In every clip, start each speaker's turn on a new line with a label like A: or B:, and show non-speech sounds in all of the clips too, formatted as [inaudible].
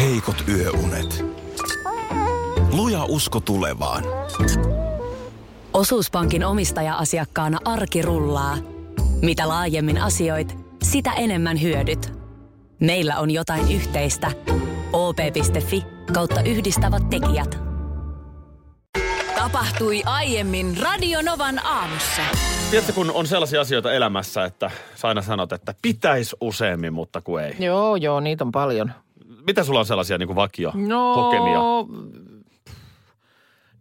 A: heikot yöunet. Luja usko tulevaan.
B: Osuuspankin omistaja-asiakkaana arki rullaa. Mitä laajemmin asioit, sitä enemmän hyödyt. Meillä on jotain yhteistä. op.fi kautta yhdistävät tekijät.
C: Tapahtui aiemmin Radionovan aamussa.
D: Tiedätkö, kun on sellaisia asioita elämässä, että sä aina sanot, että pitäisi useammin, mutta kun ei.
E: Joo, joo, niitä on paljon.
D: Mitä sulla on sellaisia niin kuin vakio
E: No,
D: kokemia?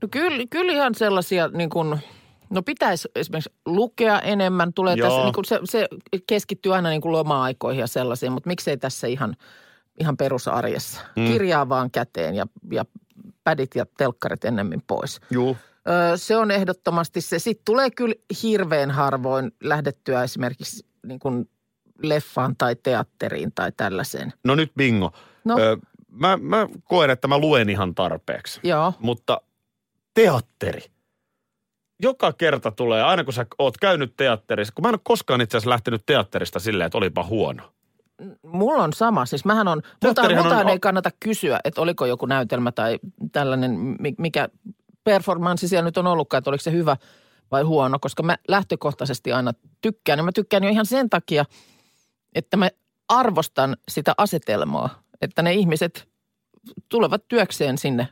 E: no kyllä, kyllä ihan sellaisia niin kuin, no pitäisi esimerkiksi lukea enemmän. Tulee
D: Joo.
E: tässä, niin kuin se, se keskittyy aina niin kuin loma-aikoihin ja sellaisiin, mutta miksei tässä ihan, ihan perusarjessa. Mm. Kirjaa vaan käteen ja, ja pädit ja telkkarit ennemmin pois.
D: Juu.
E: Öö, se on ehdottomasti se. Sitten tulee kyllä hirveän harvoin lähdettyä esimerkiksi niin kuin leffaan tai teatteriin tai tällaiseen.
D: No nyt bingo.
E: No.
D: Ö, mä, mä koen, että mä luen ihan tarpeeksi.
E: Joo.
D: Mutta teatteri. Joka kerta tulee, aina kun sä oot käynyt teatterissa, kun mä en ole koskaan itse asiassa lähtenyt teatterista silleen, että olipa huono.
E: Mulla on sama. Siis mähän on, multa,
D: Teatterihan
E: multahan
D: on-
E: ei kannata kysyä, että oliko joku näytelmä tai tällainen, mi- mikä performanssi siellä nyt on ollutkaan, että oliko se hyvä vai huono, koska mä lähtökohtaisesti aina tykkään. Ja mä tykkään jo ihan sen takia, että mä arvostan sitä asetelmaa, että ne ihmiset tulevat työkseen sinne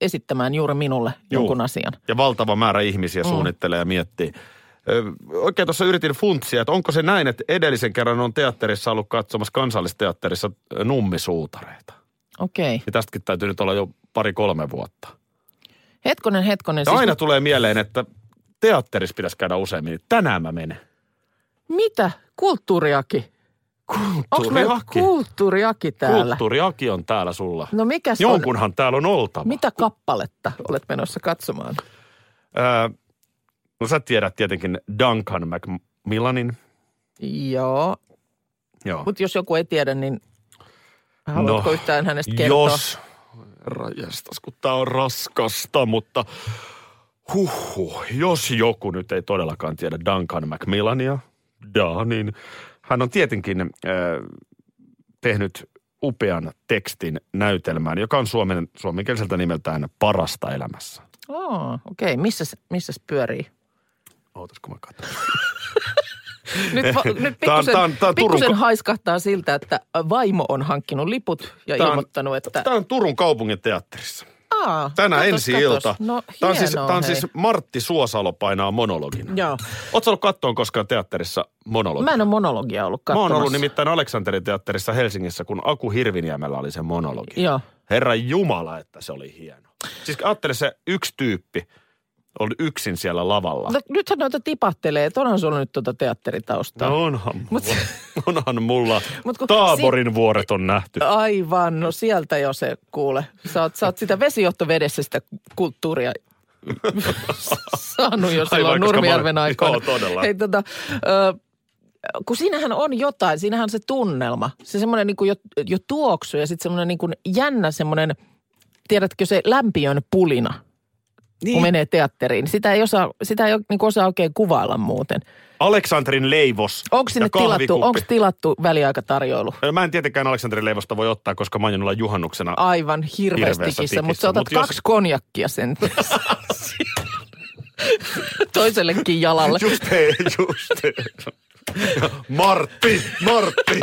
E: esittämään juuri minulle
D: Juu.
E: jonkun asian.
D: Ja valtava määrä ihmisiä mm. suunnittelee ja miettii. Ö, Oikein tuossa yritin funtsia, että onko se näin, että edellisen kerran on teatterissa ollut katsomassa kansallisteatterissa ö, nummisuutareita.
E: Okei.
D: Ja tästäkin täytyy nyt olla jo pari-kolme vuotta.
E: Hetkonen, hetkonen. Siis
D: Ja aina
E: nyt-
D: tulee mieleen, että teatterissa pitäisi käydä useammin. niin Tänään mä menen.
E: mitä? Kulttuuriaki. Onko meillä
D: Kulttuuriaki.
E: kulttuuriaki täällä?
D: Kulttuuriaki on täällä sulla.
E: No mikäs on?
D: Jonkunhan täällä on oltava.
E: Mitä kappaletta olet menossa katsomaan?
D: Öö, no sä tiedät tietenkin Duncan McMillanin.
E: Joo,
D: Joo.
E: mutta jos joku ei tiedä, niin haluatko
D: No,
E: yhtään hänestä kertoa?
D: Jos, rajastas, kun tää on raskasta, mutta huhhuh, jos joku nyt ei todellakaan tiedä Duncan McMillania, da, niin hän on tietenkin äh, tehnyt upean tekstin näytelmään, joka on suomen, suomenkieliseltä nimeltään Parasta elämässä.
E: Oh, Okei, okay. missäs, missäs pyörii?
D: Ootas, kun mä katson. [laughs]
E: Nyt, va, nyt
D: Tää on-
E: pikkusen,
D: tää on- tää on Turun
E: pikkusen
D: ko-
E: haiskahtaa siltä, että vaimo on hankkinut liput ja
D: Tää on-
E: ilmoittanut, että...
D: Tämä on Turun kaupungin teatterissa.
E: Aa,
D: Tänä
E: katos,
D: ensi
E: katos.
D: ilta.
E: No,
D: tämä on, siis,
E: hienoa,
D: tää on
E: hei.
D: siis Martti Suosalo painaa monologin.
E: Joo.
D: Oletko ollut kattoon koskaan teatterissa monologi?
E: Mä en ole monologia ollut
D: Mä
E: katsomassa.
D: oon ollut nimittäin Aleksanterin teatterissa Helsingissä, kun Aku Hirviniemellä oli se monologi.
E: Joo.
D: Herra Jumala, että se oli hieno. Siis ajattele se yksi tyyppi oli yksin siellä lavalla.
E: Mutta nythän noita tipahtelee, että onhan sulla nyt tuota teatteritaustaa.
D: No onhan,
E: Mut-
D: mulla, onhan mulla.
E: Mut kun
D: Taaborin vuoret on nähty.
E: Aivan, no sieltä jo se kuule. Sä oot, sä oot sitä vesijohtovedessä sitä kulttuuria [laughs] saanut jo silloin
D: Aivan, koska
E: Nurmijärven
D: mä olen-
E: aikoina.
D: Joo, todella.
E: Hei, tota, ö, kun siinähän on jotain, siinähän on se tunnelma. Se semmoinen niin jo, jo tuoksu ja sitten semmoinen niin kuin jännä semmoinen, tiedätkö se lämpiön pulina, niin. kun menee teatteriin. Sitä ei osaa, sitä ei niin osaa oikein kuvailla muuten.
D: Aleksanterin leivos
E: Onko sinne
D: ja
E: tilattu,
D: kahvikuppi.
E: onko tilattu väliaikatarjoilu?
D: Mä en tietenkään Aleksanterin leivosta voi ottaa, koska mä aion olla juhannuksena
E: aivan
D: Hirveässä
E: hirveästi tikissä, mutta
D: tikissä,
E: sä otat
D: mut jos-
E: kaksi
D: [laughs]
E: konjakkia sen toisellekin jalalle.
D: Just hei, just
E: [laughs]
D: hei. Martti, Martti.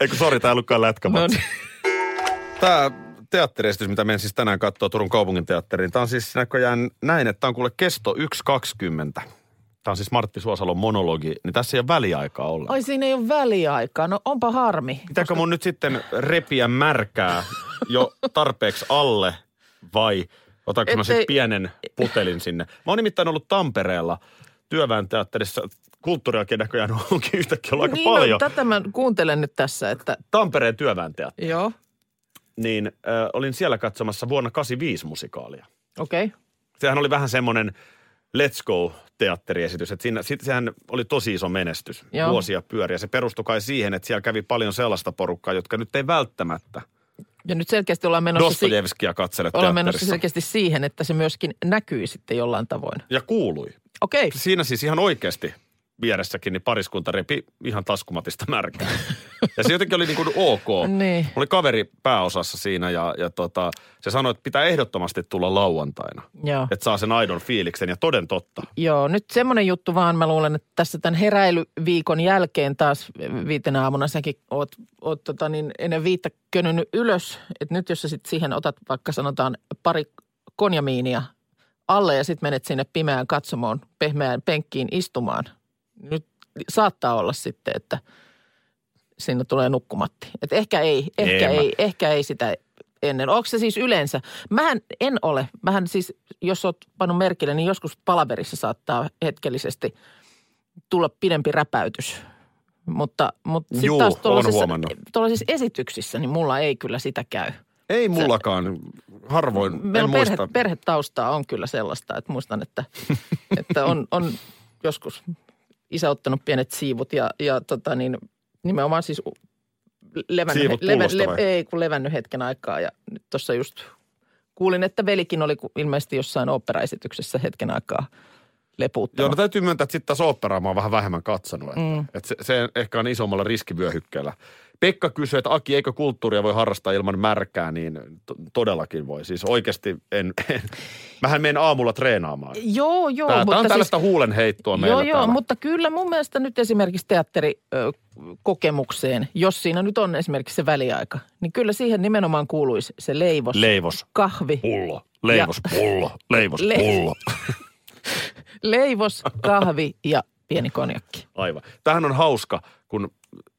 D: Eikö, sori, tää ei ollutkaan
E: No
D: lätkämatsi.
E: niin.
D: Tämä teatteriesitys, mitä menen siis tänään katsoa Turun kaupungin teatteriin, tämä on siis näköjään näin, että tämä on kuule kesto 1.20. Tämä on siis Martti Suosalon monologi, niin tässä ei ole väliaikaa olla.
E: Ai siinä ei ole väliaikaa, no onpa harmi.
D: Pitääkö mun nyt sitten repiä märkää jo tarpeeksi alle vai otanko mä sitten
E: Ettei-
D: pienen putelin sinne? Mä oon nimittäin ollut Tampereella työväen teatterissa. Kulttuuriakin näköjään onkin yhtäkkiä ollut aika
E: niin,
D: paljon.
E: No, tätä mä kuuntelen nyt tässä, että
D: Tampereen työväen teatteri.
E: joo,
D: Niin äh, olin siellä katsomassa vuonna 85 musikaalia.
E: okei. Okay.
D: Sehän oli vähän semmoinen let's go teatteriesitys. Et siinä, sit, sehän oli tosi iso menestys.
E: Joo.
D: Vuosia pyöriä. Se perustui kai siihen, että siellä kävi paljon sellaista porukkaa, jotka nyt ei välttämättä –
E: Ja nyt selkeästi ollaan menossa, No si-
D: Dostojevskia katsele
E: ollaan menossa
D: teatterissa.
E: selkeästi siihen, että se myöskin näkyy sitten jollain tavoin.
D: Ja kuului.
E: Okei, okay.
D: Siinä siis ihan oikeasti vieressäkin, niin pariskunta repi ihan taskumatista märkää.
E: [laughs]
D: Ja se jotenkin oli niin kuin ok.
E: Niin.
D: Mulla oli kaveri pääosassa siinä ja, ja tota, se sanoi, että pitää ehdottomasti tulla lauantaina.
E: Joo.
D: Että saa sen aidon fiiliksen ja toden totta.
E: Joo, nyt semmoinen juttu vaan, mä luulen, että tässä tämän heräilyviikon jälkeen taas eh, viitenä aamuna säkin oot, oot tota niin, ennen viittä könynyt ylös. Että nyt jos sä sit siihen otat vaikka sanotaan pari konjamiinia alle ja sitten menet sinne pimeään katsomoon, pehmeään penkkiin istumaan. Nyt saattaa olla sitten, että sinne tulee nukkumatti. Et ehkä ei, ehkä
D: En mä-
E: ei, ei, ehkä ei sitä ennen. Onko se siis yleensä? Mähän en ole. Mähän siis, jos oot pannut merkille, niin joskus palaverissa saattaa hetkellisesti tulla pidempi räpäytys. Mutta, mutta sitten
D: Juu,
E: taas
D: oon
E: tuollaisissa-
D: huomannut.
E: tuollaisissa esityksissä, niin mulla ei kyllä sitä käy.
D: Ei mullakaan, harvoin,
E: Meillä
D: en
E: on perhe,
D: muista.
E: perhetaustaa on kyllä sellaista, että muistan,
D: [laughs]
E: että, että on, on joskus isä ottanut pienet siivut ja, ja tota niin, nimenomaan siis u- levännyt,
D: Siivut pullosta vai?
E: ei kun levännyt hetken aikaa ja nyt tuossa just kuulin, että velikin oli ku- ilmeisesti jossain oopperaesityksessä hetken aikaa
D: Joo, no
E: lepuuttanut.
D: täytyy myöntää, että sitten taas oopperaa mä oon vähän vähemmän katsonut. Että, mm. että se, se, ehkä on isommalla riskivyöhykkeellä. Pekka kysyi, että Aki, eikö kulttuuria voi harrastaa ilman märkää, niin to- todellakin voi. Siis oikeasti en, en. mähän menen aamulla treenaamaan.
E: Joo, joo.
D: Tämä, tämä on
E: mutta siis-
D: tällaista siis, huulenheittoa meillä
E: Joo, joo,
D: täällä.
E: mutta kyllä mun mielestä nyt esimerkiksi teatterikokemukseen, jos siinä nyt on esimerkiksi se väliaika, niin kyllä siihen nimenomaan kuuluisi se leivos,
D: Leivos,
E: kahvi,
D: pullo, leivos, pullo, leivos,
E: [laughs] Le-
D: pullo.
E: leivos, kahvi ja pieni konjakki.
D: Aivan. Tämähän on hauska, kun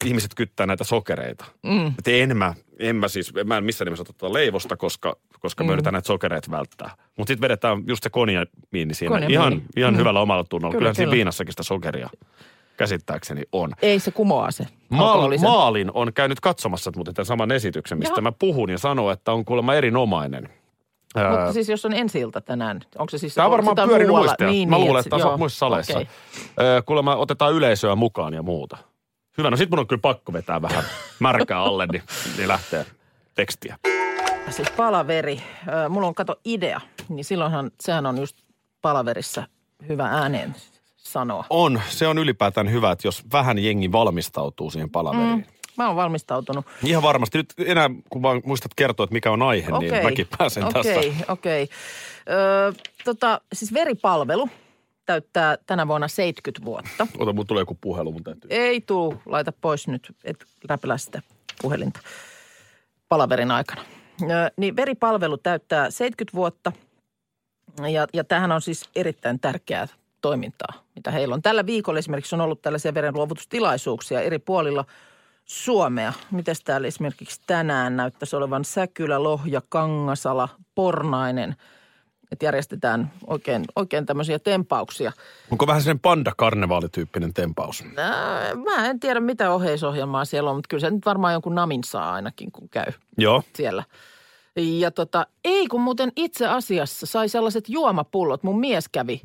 D: ihmiset kyttää näitä sokereita. Mm. Että en mä, en mä siis, mä en missään nimessä ota tuota leivosta, koska, koska mm. me yritetään näitä sokereita välttää. Mutta sitten vedetään just se konjamiini siinä.
E: Konjamiini.
D: Ihan, ihan mm. hyvällä omalla tunnolla.
E: Kyllä,
D: Kyllä, Kyllähän siinä
E: kyllä.
D: viinassakin sitä sokeria käsittääkseni on.
E: Ei se kumoa se
D: Maal,
E: alkoholisen.
D: Maalin on käynyt katsomassa muuten tämän saman esityksen, mistä
E: Jaha.
D: mä puhun ja sanoo, että on kuulemma erinomainen.
E: Mutta siis jos on ensi ilta tänään, onko se siis...
D: Tämä on
E: onko
D: varmaan
E: sitä
D: pyörinyt
E: muualla?
D: muistia. Niin, mä
E: että
D: luulen,
E: se-
D: että tämä
E: joo,
D: on muissa saleissa.
E: okei.
D: Okay. Kuulemma otetaan yleisöä mukaan ja muuta. Hyvä, no sit mun on kyllä pakko vetää vähän märkää alle, niin, niin lähtee tekstiä.
E: Siis palaveri. Ö, Mulla on kato idea, niin silloinhan sehän on just palaverissa hyvä ääneen sanoa.
D: On, se on ylipäätään hyvä, että jos vähän jengi valmistautuu siihen palaveriin. Mm.
E: Mä oon valmistautunut.
D: Ihan varmasti. Nyt enää, kun vaan muistat kertoa, että mikä on aihe, okay. niin mäkin pääsen
E: okei,
D: tässä.
E: Okei, Öö, tota, siis veripalvelu täyttää tänä vuonna 70 vuotta.
D: Ota, mun tulee joku puhelu, mun täytyy.
E: Ei tuu, laita pois nyt, et räpilä sitä puhelinta palaverin aikana. Öö, niin veripalvelu täyttää 70 vuotta ja, ja tämähän on siis erittäin tärkeää toimintaa, mitä heillä on. Tällä viikolla esimerkiksi on ollut tällaisia verenluovutustilaisuuksia eri puolilla Suomea. Mites täällä esimerkiksi tänään näyttäisi olevan Säkylä, Lohja, Kangasala, Pornainen. Että järjestetään oikein, oikein tämmöisiä tempauksia.
D: Onko vähän sen panda-karnevaalityyppinen tempaus?
E: Ää, Äh, Mä en tiedä, mitä oheisohjelmaa siellä on, mutta kyllä se nyt varmaan jonkun namin saa ainakin, kun käy
D: Joo.
E: siellä. Ja tota, ei kun muuten itse asiassa sai sellaiset juomapullot. Mun mies kävi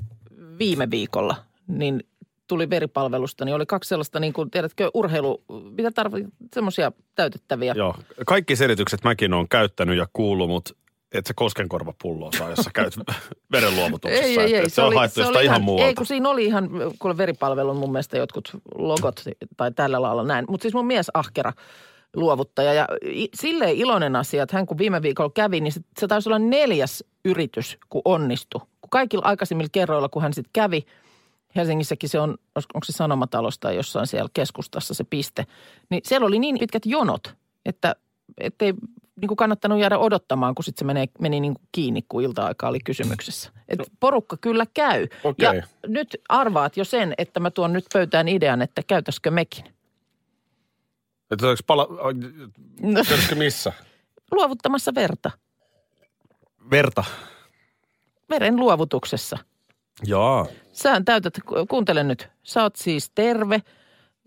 E: viime viikolla, niin tuli veripalvelusta, niin oli kaksi sellaista, niin kuin, tiedätkö, urheilu, mitä tarvitsee, semmoisia täytettäviä.
D: [laughs] Joo. Kaikki selitykset mäkin on käyttänyt ja kuullut, mutta et sä koskenkorvapulloa saa, jos sä käyt [laughs] verenluovutuksessa.
E: Ei, ei,
D: Et-
E: ei.
D: et se, on haettu
E: oli
D: jostain ihan, muualta.
E: Ei, kun siinä oli ihan, kuule veripalvelun mun mielestä jotkut logot tai tällä lailla näin. Mutta siis mun mies ahkera luovuttaja ja i- silleen iloinen asia, että hän kun viime viikolla kävi, niin se, se taisi olla neljäs yritys, kun onnistui. Kun kaikilla aikaisemmilla kerroilla, kun hän sitten kävi, Helsingissäkin se on, olis- onko se Sanomatalossa tai jossain siellä keskustassa se piste, niin siellä oli niin pitkät jonot, että ei niin kuin kannattanut jäädä odottamaan, kun sitten se menee, meni niin kuin kiinni, kun ilta-aika oli kysymyksessä. Et porukka kyllä käy.
D: No. Okei.
E: Ja nyt arvaat jo sen, että mä tuon nyt pöytään idean, että käytäisikö mekin.
D: Että saanko pala...
E: No,
D: Tiedätkö missä?
E: luovuttamassa verta.
D: Verta.
E: Veren luovutuksessa.
D: Jaa.
E: Sähän täytät, ku- kuuntele nyt, sä oot siis terve.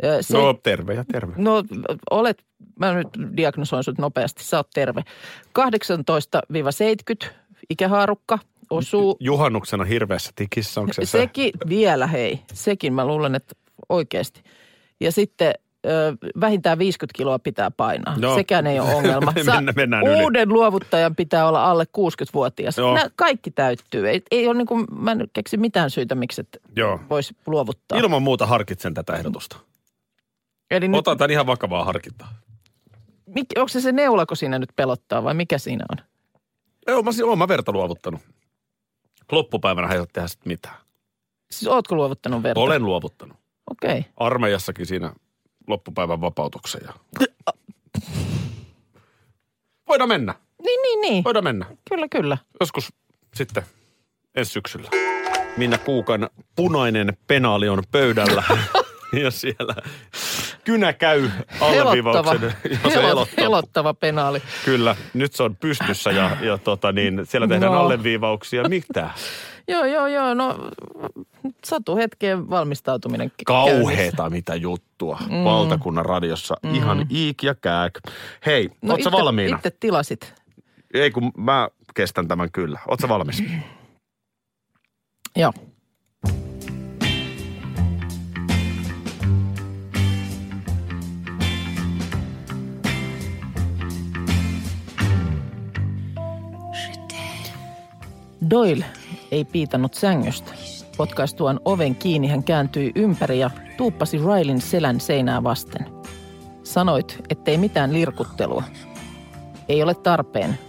E: Ö, Se,
D: No terve ja terve.
E: No olet, mä nyt diagnosoin sut nopeasti, sä oot terve. 18-70 ikähaarukka osuu.
D: Juhannuksena hirveässä tikissä, onko se se?
E: Sekin vielä hei, sekin mä luulen, että oikeasti. Ja sitten ö, ö, vähintään 50 kiloa pitää painaa.
D: Joo.
E: Joo. Sekään ei
D: [laughs]
E: ole ongelma.
D: Mennään-
E: Saa-
D: No. mennään yli.
E: uuden luovuttajan pitää olla alle 60-vuotias.
D: Joo.
E: Nää kaikki täyttyy. Ei, ei ole niin kuin, mä en keksi mitään syytä, miksi et
D: Joo.
E: voisi luovuttaa.
D: Ilman muuta harkitsen tätä ehdotusta.
E: Eli nyt,
D: Otan tämän ihan vakavaa harkintaa.
E: mik, onko se se neulako siinä nyt pelottaa vai mikä siinä on?
D: Joo, mä, si- oon mä verta luovuttanut. Loppupäivänä ei ole tehdä sit mitään.
E: Siis ootko luovuttanut verta?
D: Olen luovuttanut.
E: Okei. Okay.
D: Armeijassakin siinä loppupäivän vapautuksen. Ja... Voidaan mennä,
E: Niin, niin, niin.
D: voidaan mennä.
E: Kyllä, kyllä.
D: Joskus sitten ensi syksyllä. Minna Kuukan punainen penaali on [laughs] pöydällä. ja siellä kynä käy [laughs]
E: Pelottava,
D: alleviivauksen. Ja se
E: Pelot-
D: elottaa.
E: pelottava penaali.
D: Kyllä, nyt se on pystyssä ja, ja tota niin, siellä tehdään no.
E: No.
D: alleviivauksia. Mitä?
E: Joo, joo, joo. No, satu hetkeen valmistautuminen. kä- käynnissä.
D: Kauheeta mitä juttua. Mm. Valtakunnan radiossa. Mm. Ihan iik ja kääk. Hei, no ootko
E: itte-
D: valmiina?
E: Itte tilasit.
D: Ei kun mä kestän tämän kyllä. Ootko valmis?
E: Joo. Doyle ei piitannut sängystä. Potkaistuaan oven kiinni hän kääntyi ympäri ja tuuppasi Rylin selän seinää vasten. Sanoit, ettei mitään lirkuttelua. Ei ole tarpeen.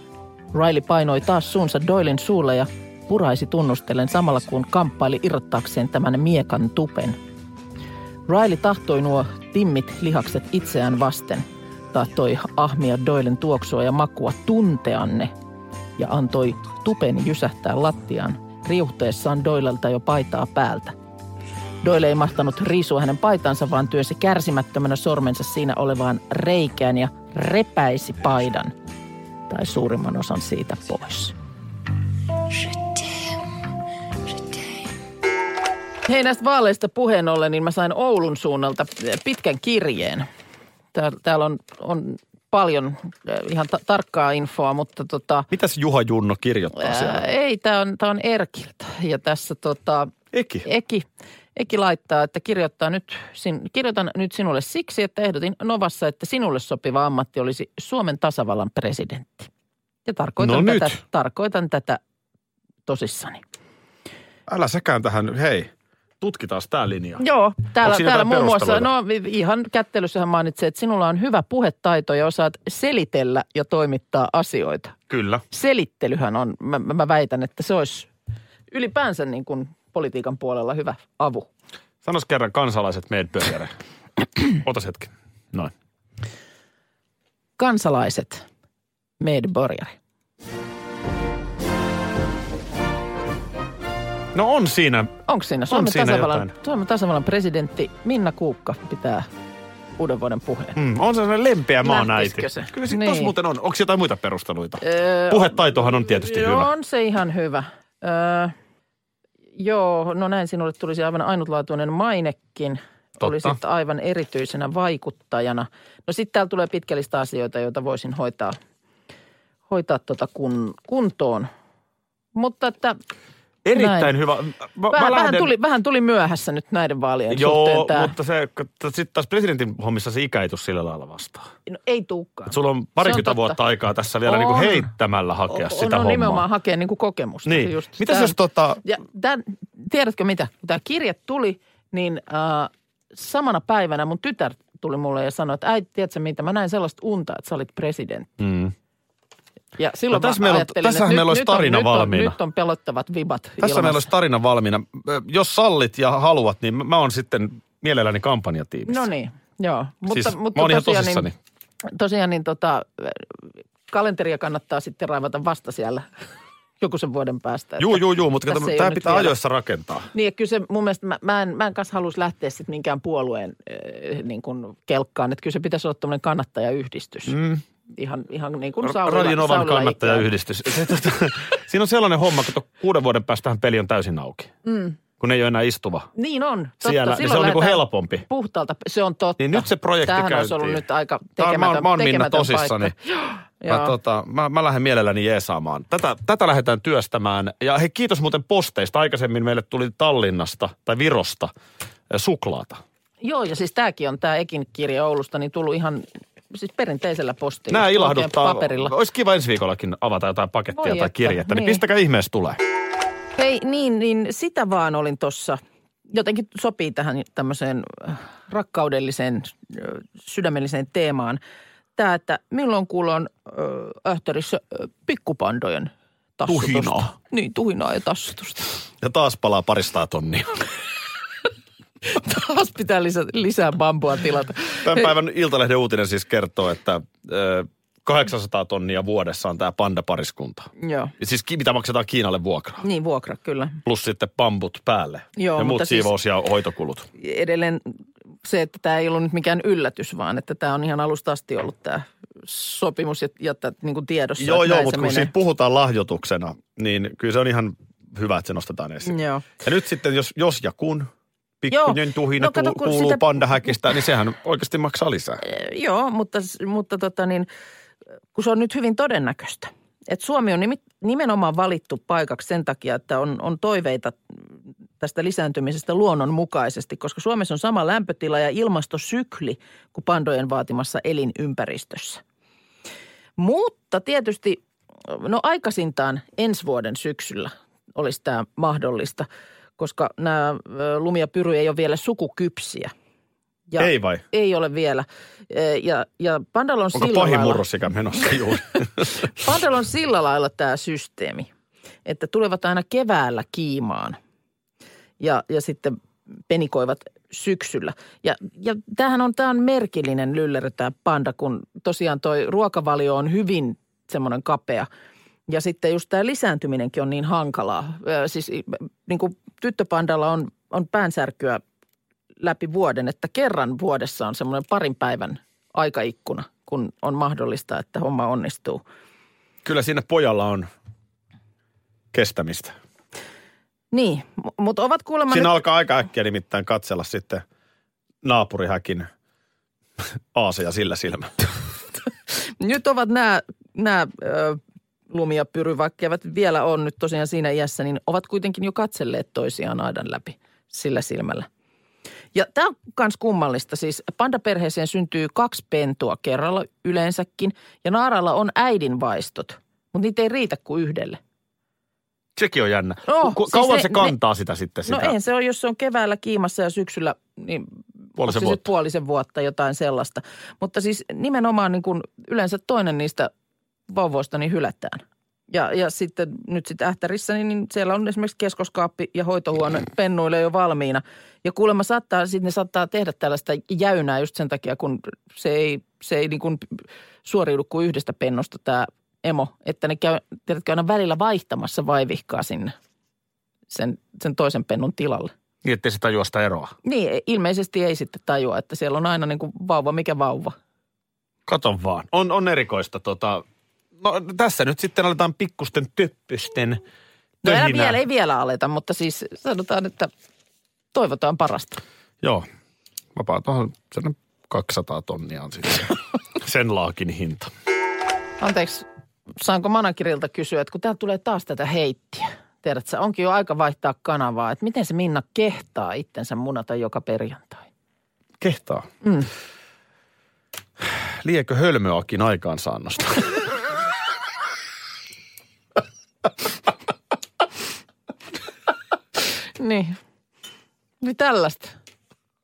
E: Riley painoi taas suunsa Doylin suulle ja puraisi tunnustellen samalla kun kamppaili irrottaakseen tämän miekan tupen. Riley tahtoi nuo timmit lihakset itseään vasten. Tahtoi ahmia Doylen tuoksua ja makua tunteanne ja antoi tupen jysähtää lattiaan riuhteessaan Doylelta jo paitaa päältä. Doyle ei mahtanut riisua hänen paitansa, vaan työsi kärsimättömänä sormensa siinä olevaan reikään ja repäisi paidan tai suurimman osan siitä pois. Hei näistä vaaleista puheen ollen, niin mä sain Oulun suunnalta eh, pitkän kirjeen. Tää- Täällä on, on paljon eh, ihan ta- tarkkaa infoa, mutta tota,
D: [laughs] Mitäs Juha Junno kirjoittaa
E: ää,
D: siellä?
E: ei, tämä on, tää on Erkiltä. Ja tässä tota,
D: Eki.
E: Eki, Eki laittaa, että kirjoittaa nyt, sin, kirjoitan nyt sinulle siksi, että ehdotin Novassa, että sinulle sopiva ammatti olisi Suomen tasavallan presidentti. Ja tarkoitan,
D: No
E: tätä,
D: nyt.
E: tarkoitan tätä tosissani.
D: Älä säkään tähän, hei. Tutkitaan tää linja.
E: Joo, täällä,
D: Onko siinä
E: täällä
D: jotain
E: muun muassa,
D: perusteluita?
E: no ihan kättelyssähän mainitsee, että sinulla on hyvä puhetaito ja osaat selitellä ja toimittaa asioita.
D: Kyllä.
E: Selittelyhän on, mä, mä mä väitän, että se olisi ylipäänsä niin kuin politiikan puolella hyvä avu.
D: Sanois kerran kansalaiset meidän pöydälle. [clears throat] Otas hetki. Noin.
E: kansalaiset, Med Borgari.
D: No on siinä.
E: Onko siinä Suomen,
D: siinä
E: tasavallan,
D: jotain.
E: Suomen tasavallan presidentti Minna Kuukka pitää uuden vuoden puheen?
D: Mm, on sellainen lempeä maan äiti.
E: Lähtisikö se?
D: Kyllä sit niin.
E: Niin.
D: tossa muuten on. Onko jotain muita perusteluita?
E: Öö,
D: Puhetaitohan on tietysti
E: joo,
D: hyvä.
E: on se ihan hyvä. Öö, joo, no näin sinulle tulisi aivan ainutlaatuinen mainekin.
D: Totta.
E: Olisit aivan erityisenä vaikuttajana. No sitten täällä tulee pitkä lista asioita, joita voisin hoitaa, hoitaa tota kun, kuntoon. Mutta että
D: Erittäin
E: näin.
D: hyvä. Mä,
E: vähän,
D: mä
E: vähän,
D: No, lähden...
E: tuli, vähän tuli myöhässä nyt näiden vaalien
D: Joo,
E: suhteen tää.
D: mutta se, sitten taas presidentin hommissa se ikä ei tuu sillä lailla vastaan.
E: No ei tuukkaan.
D: Et sulla on parikymmentä
E: totta.
D: vuotta aikaa tässä vielä niinku
E: On.
D: heittämällä hakea
E: O-
D: sitä
E: no,
D: hommaa.
E: nimenomaan hakea niin kuin kokemusta.
D: Niin.
E: Just
D: Mitäs
E: tää-
D: jos tota-
E: Ja tän, tiedätkö mitä? Kun tämä kirje tuli, niin äh, samana päivänä mun tytär tuli mulle ja sanoi, että äiti, tiedätkö mitä, mä näin sellaista unta, että sä olit presidentti.
D: Mm.
E: Ja silloin
D: No tässä
E: mä
D: meillä on-
E: ajattelin, että
D: tässähän
E: nyt,
D: meillä olisi
E: nyt on-
D: tarina
E: nyt on,
D: valmiina.
E: Nyt on pelottavat vibat
D: Tässä
E: ilmassa.
D: meillä olisi tarina valmiina. Ö, Jos sallit ja haluat, niin mä- mä oon sitten mielelläni kampanjatiimissä.
E: No niin, joo. Mutta,
D: Siis
E: mutta
D: mä oon ihan
E: tosiaan
D: tosissani.
E: Niin, tosiaan niin tota, äh, kalenteria kannattaa sitten raivata vasta siellä [laughs] joku sen vuoden päästä.
D: Juu, juu, juu, mutta
E: Tässä ei
D: tämä
E: ole nyt
D: pitää
E: vielä.
D: ajoissa rakentaa.
E: Niin, ja kyllä se mun mielestä, mä, mä en, mä en kanssa halus lähteä sitten minkään puolueen äh, niin kuin kelkkaan. Että kyllä se pitäisi olla tämmöinen kannattajayhdistys. Mm. Ihan, ihan niin kuin Saulilla.
D: Radionovan
E: Saulilla
D: kannattajayhdistys. Se, tota, [laughs] siinä on sellainen homma, kun to- kuuden vuoden päästähän peli on täysin auki. Mm. Kun ei ole enää istuva
E: ikään. Niin on. Totta,
D: siellä, niin se on niinku
E: lähdetään
D: helpompi.
E: Puhtaalta, se on totta.
D: Niin nyt se projekti
E: Tämähän olisi
D: käyntiin.
E: ollut nyt aika
D: Tää on-
E: tekemätön,
D: mä oon, mä oon Minna
E: tekemätön
D: tosissani. [gasps]
E: paikka. Joo.
D: Mä, tota, mä, mä lähden mielelläni jeesaamaan. Tätä, tätä lähdetään työstämään. Ja hei, kiitos muuten posteista. Aikaisemmin meille tuli Tallinnasta tai Virosta eh, suklaata.
E: Joo, ja siis tämäkin on tämä Ekin kirja Oulusta, niin tullut ihan siis perinteisellä postilla.
D: Nämä
E: oikein
D: ilahduttaa.
E: Paperilla.
D: Olisi kiva ensi viikollakin avata jotain pakettia
E: Voi
D: tai
E: että,
D: kirjettä, niin,
E: niin.
D: pistäkää ihmeessä tulee.
E: Hei, niin, niin sitä vaan olin tuossa. Jotenkin sopii tähän tämmöiseen äh, rakkaudelliseen, äh, sydämelliseen teemaan. Tämä, että milloin kuulon ähtärissä äh, pikkupandojen tassutusta.
D: Tuhinaa.
E: Niin, tuhinaa ja tassutusta. [laughs]
D: Ja taas palaa paristaa tonnia.
E: Taas pitää lisää, lisää bambua tilata.
D: [laughs] Tämän päivän Iltalehden uutinen siis kertoo, että ö, 800 tonnia vuodessa on tämä pandapariskunta.
E: Joo.
D: Siis ki- mitä maksetaan Kiinalle vuokraa.
E: Niin, vuokra, kyllä.
D: Plus sitten pamput päälle
E: Joo,
D: ja muut
E: mutta siis-
D: siivous- ja hoitokulut.
E: edelleen se, että tämä ei ollut nyt mikään yllätys, vaan että tämä on ihan alusta asti ollut tämä sopimus ja, ja tää, niin kuin tiedossa.
D: Joo, joo,
E: että näin
D: mutta
E: se
D: kun
E: menee.
D: siitä puhutaan lahjoituksena, niin kyllä se on ihan hyvä, että se nostetaan esiin.
E: Joo.
D: Ja nyt sitten, jos, jos ja kun pikkuinen
E: Joo.
D: tuhina
E: No
D: no,
E: kato,
D: kato,
E: kun
D: kuuluu sitä...
E: sitä-
D: pandahäkistä, niin sehän oikeasti maksaa lisää.
E: Eh, Joo, mutta, s- mutta tota niin, kun se on nyt hyvin todennäköistä. Että Suomi on nimi- nimenomaan valittu paikaksi sen takia, että on, on toiveita tästä lisääntymisestä luonnonmukaisesti, koska Suomessa on sama lämpötila ja ilmastosykli kuin pandojen vaatimassa elinympäristössä. Mutta tietysti, no aikaisintaan ensi vuoden syksyllä olisi tämä mahdollista, koska nämä ö, lumi ja pyry ei ole vielä sukukypsiä. Ja
D: Ei vai?
E: ei ole vielä. E, Ja, ja Pandalla on
D: Onko
E: sillä
D: pahin
E: lailla,
D: murrosikä menossa
E: [laughs]
D: juuri?
E: Pandalla on sillä lailla tämä systeemi, että tulevat aina keväällä kiimaan ja, ja sitten penikoivat syksyllä. Ja, ja tämähän on, tämä on merkillinen lyllärö tämä panda, kun tosiaan toi ruokavalio on hyvin semmoinen kapea. Ja sitten just tämä lisääntyminenkin on niin hankalaa. Ö, Siis niin kuin tyttöpandalla on, on päänsärkyä läpi vuoden, että kerran vuodessa on semmoinen parin päivän aikaikkuna, kun on mahdollista, että homma onnistuu.
D: Kyllä siinä pojalla on kestämistä.
E: Niin, mutta ovat kuulemma
D: Siinä
E: nyt,
D: alkaa aika äkkiä nimittäin katsella sitten naapurihäkin [laughs] aaseja sillä silmällä.
E: nyt ovat nämä, nämä ö, lumi ja pyry, vaikka eivät vielä on nyt tosiaan siinä iässä, niin ovat kuitenkin jo katselleet toisiaan aidan läpi sillä silmällä. Ja tämä on myös kummallista. Siis pandaperheeseen syntyy kaksi pentua kerralla yleensäkin ja naaralla on äidin vaistot, mutta niitä ei riitä kuin yhdelle.
D: Sekin on jännä.
E: Oh,
D: Ku-
E: siis
D: kauan
E: ne-
D: se kantaa sitä sitten sitä?
E: No ei se ole, jos se on keväällä kiimassa ja syksyllä, niin onko se
D: Puolisen
E: nyt
D: vuotta.
E: puolisen vuotta jotain sellaista. Mutta siis nimenomaan niin kuin yleensä toinen niistä vauvoista niin hylätään. Ja, ja sitten nyt sitten ähtärissä, niin, niin siellä on esimerkiksi keskoskaappi ja hoitohuone pennuille jo valmiina. Ja kuulemma saattaa, sitten ne saattaa tehdä tällaista jäynää just sen takia, kun se ei, se ei niin kuin suoriudu kuin yhdestä pennosta tämä emo. Että ne käy, tiedätkö, aina välillä vaihtamassa vaivihkaa sinne sen, sen toisen pennun tilalle.
D: Niin, ettei se tajua sitä eroa.
E: Niin, ilmeisesti ei sitten tajua, että siellä on aina niin kuin vauva, mikä vauva.
D: Katon vaan. On, on erikoista tota... No tässä nyt sitten aletaan pikkusten töppysten
E: No älä
D: töhinää.
E: vielä, ei vielä aleta, mutta siis sanotaan, että toivotaan parasta.
D: Joo. Vapaa tuohon 200 tonnia on sitten [laughs] sen laakin hinta.
E: Anteeksi, saanko managerilta kysyä, että kun täällä tulee taas tätä heittiä. Tiedätkö, onkin jo aika vaihtaa kanavaa, että miten se Minna kehtaa itsensä munata joka perjantai.
D: Kehtaa. Mm. Liekö hölmöakin aikaansaannosta?
E: Niin. Niin tällaista.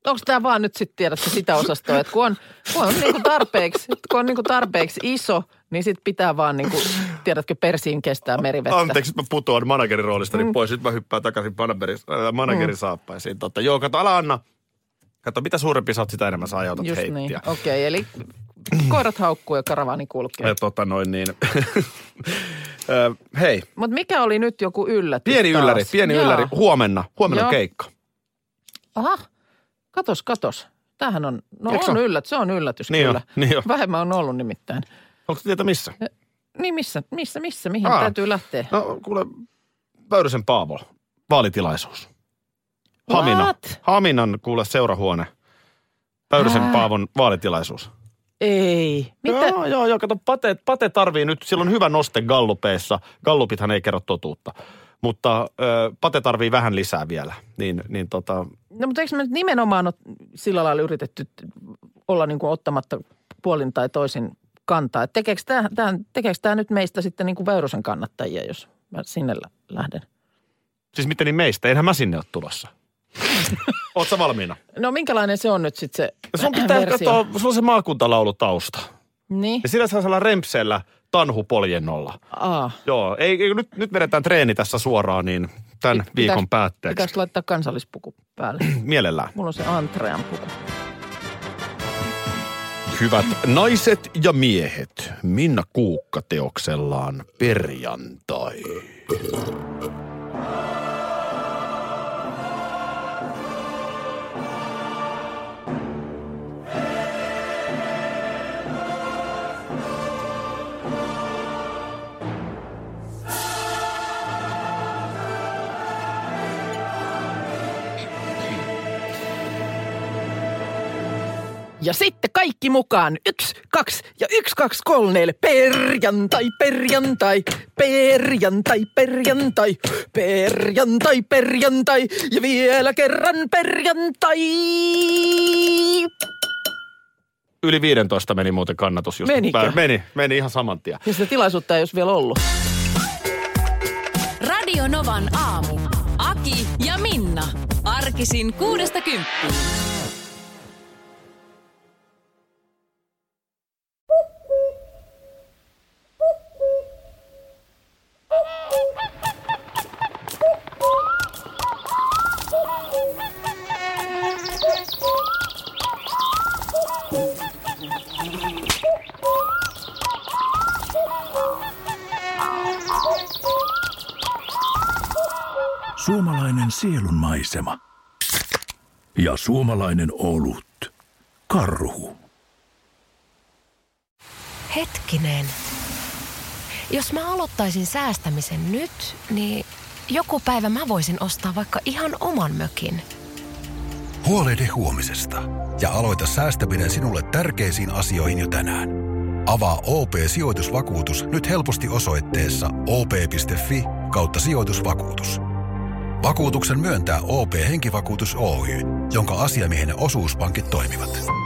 E: Onko tämä vaan nyt sitten tiedätkö sitä osastoa, että kun on, kun on niinku tarpeeksi, kun on niinku tarpeeksi iso, niin sitten pitää vaan niinku, tiedätkö, persiin kestää merivettä.
D: Anteeksi, nyt mä putoan managerin roolistani mm. pois. Nyt mä hyppään takaisin managerin, äh, managerin
E: Mm.
D: saappaisiin. Totta. Joo, kato, ala anna. Kato, mitä suurempi sä oot, sitä enemmän sä ajautat
E: Just
D: heittiä.
E: niin. Okei, okay, eli koirat haukkuu ja karavaani kulkee.
D: Ja tota noin niin. [laughs] Ö, Hei,
E: Mutta mikä oli nyt joku yllätys
D: pieni
E: taas?
D: ylläri, pieni
E: Jaa.
D: ylläri. Huomenna, huomenna
E: Joo.
D: on keikka.
E: Aha, katos, katos. Tämähän on, no
D: Eikö se
E: on
D: ole?
E: yllätys, se on yllätys
D: Niin
E: kyllä.
D: on, niin on.
E: Vähemmän on ollut nimittäin.
D: Onko tietä missä?
E: Niin missä, missä, missä, mihin
D: Aa.
E: täytyy lähteä?
D: No kuule, Väyrysen Paavo, vaalitilaisuus. Hamina.
E: What?
D: Haminan kuule seurahuone. Väyrysen
E: Ää.
D: Paavon vaalitilaisuus.
E: Ei. Mitä?
D: Joo, joo, joo, kato, Pate, Pate tarvii nyt, sillä on hyvä noste gallupeissa. Gallupithan ei kerro totuutta. Mutta ö, Pate tarvii vähän lisää vielä. Niin, niin tota,
E: No mutta eikö me nyt nimenomaan ole sillä lailla yritetty olla niin kuin ottamatta puolin tai toisin kantaa? Et Tekeekö tämä, tekeekö tämä nyt meistä sitten niin kuin Väyrysen kannattajia, jos mä sinne lä- lähden?
D: siis miten niin meistä? Enhän mä sinne ole
E: [laughs]
D: tulossa. Ootsä valmiina?
E: No minkälainen se on nyt sitten se
D: Sun pitää
E: versio?
D: katsoa, sulla on se maakuntalaulutausta.
E: Niin?
D: Ja sillä saa rempseellä tanhu poljennolla.
E: Aa,
D: Joo, ei, ei, nyt, nyt vedetään treeni tässä suoraan, niin tämän
E: Pit-
D: viikon
E: pitäis-
D: päätteeksi.
E: pitäisikö laittaa kansallispuku päälle?
D: Mielellään.
E: Mulla on se Antrean puku.
D: Hyvät naiset ja miehet, Minna Kuukka teoksellaan perjantai.
E: Ja sitten kaikki mukaan. Yksi, kaksi ja yksi, kaksi, kolme, neljä. Perjantai, perjantai, perjantai, perjantai, perjantai, perjantai. Ja vielä kerran perjantai.
D: Yli 15 meni muuten kannatus just.
E: Menikö?
D: Pää- Meni, meni ihan saman tien.
E: Ja sitä tilaisuutta ei olisi vielä ollut.
C: Radio Novan aamu. Aki ja Minna. Arkisin kuudesta kymppiin.
F: Suomalainen sielunmaisema. Ja suomalainen olut. Karhu.
G: Hetkinen. Jos mä aloittaisin säästämisen nyt, niin joku päivä mä voisin ostaa vaikka ihan oman mökin.
F: Huolehdi huomisesta ja aloita säästäminen sinulle tärkeisiin asioihin jo tänään. Avaa OP-sijoitusvakuutus nyt helposti osoitteessa op.fi kautta sijoitusvakuutus. Vakuutuksen myöntää OP-henkivakuutus Oy, jonka asiamiehenä osuuspankit toimivat.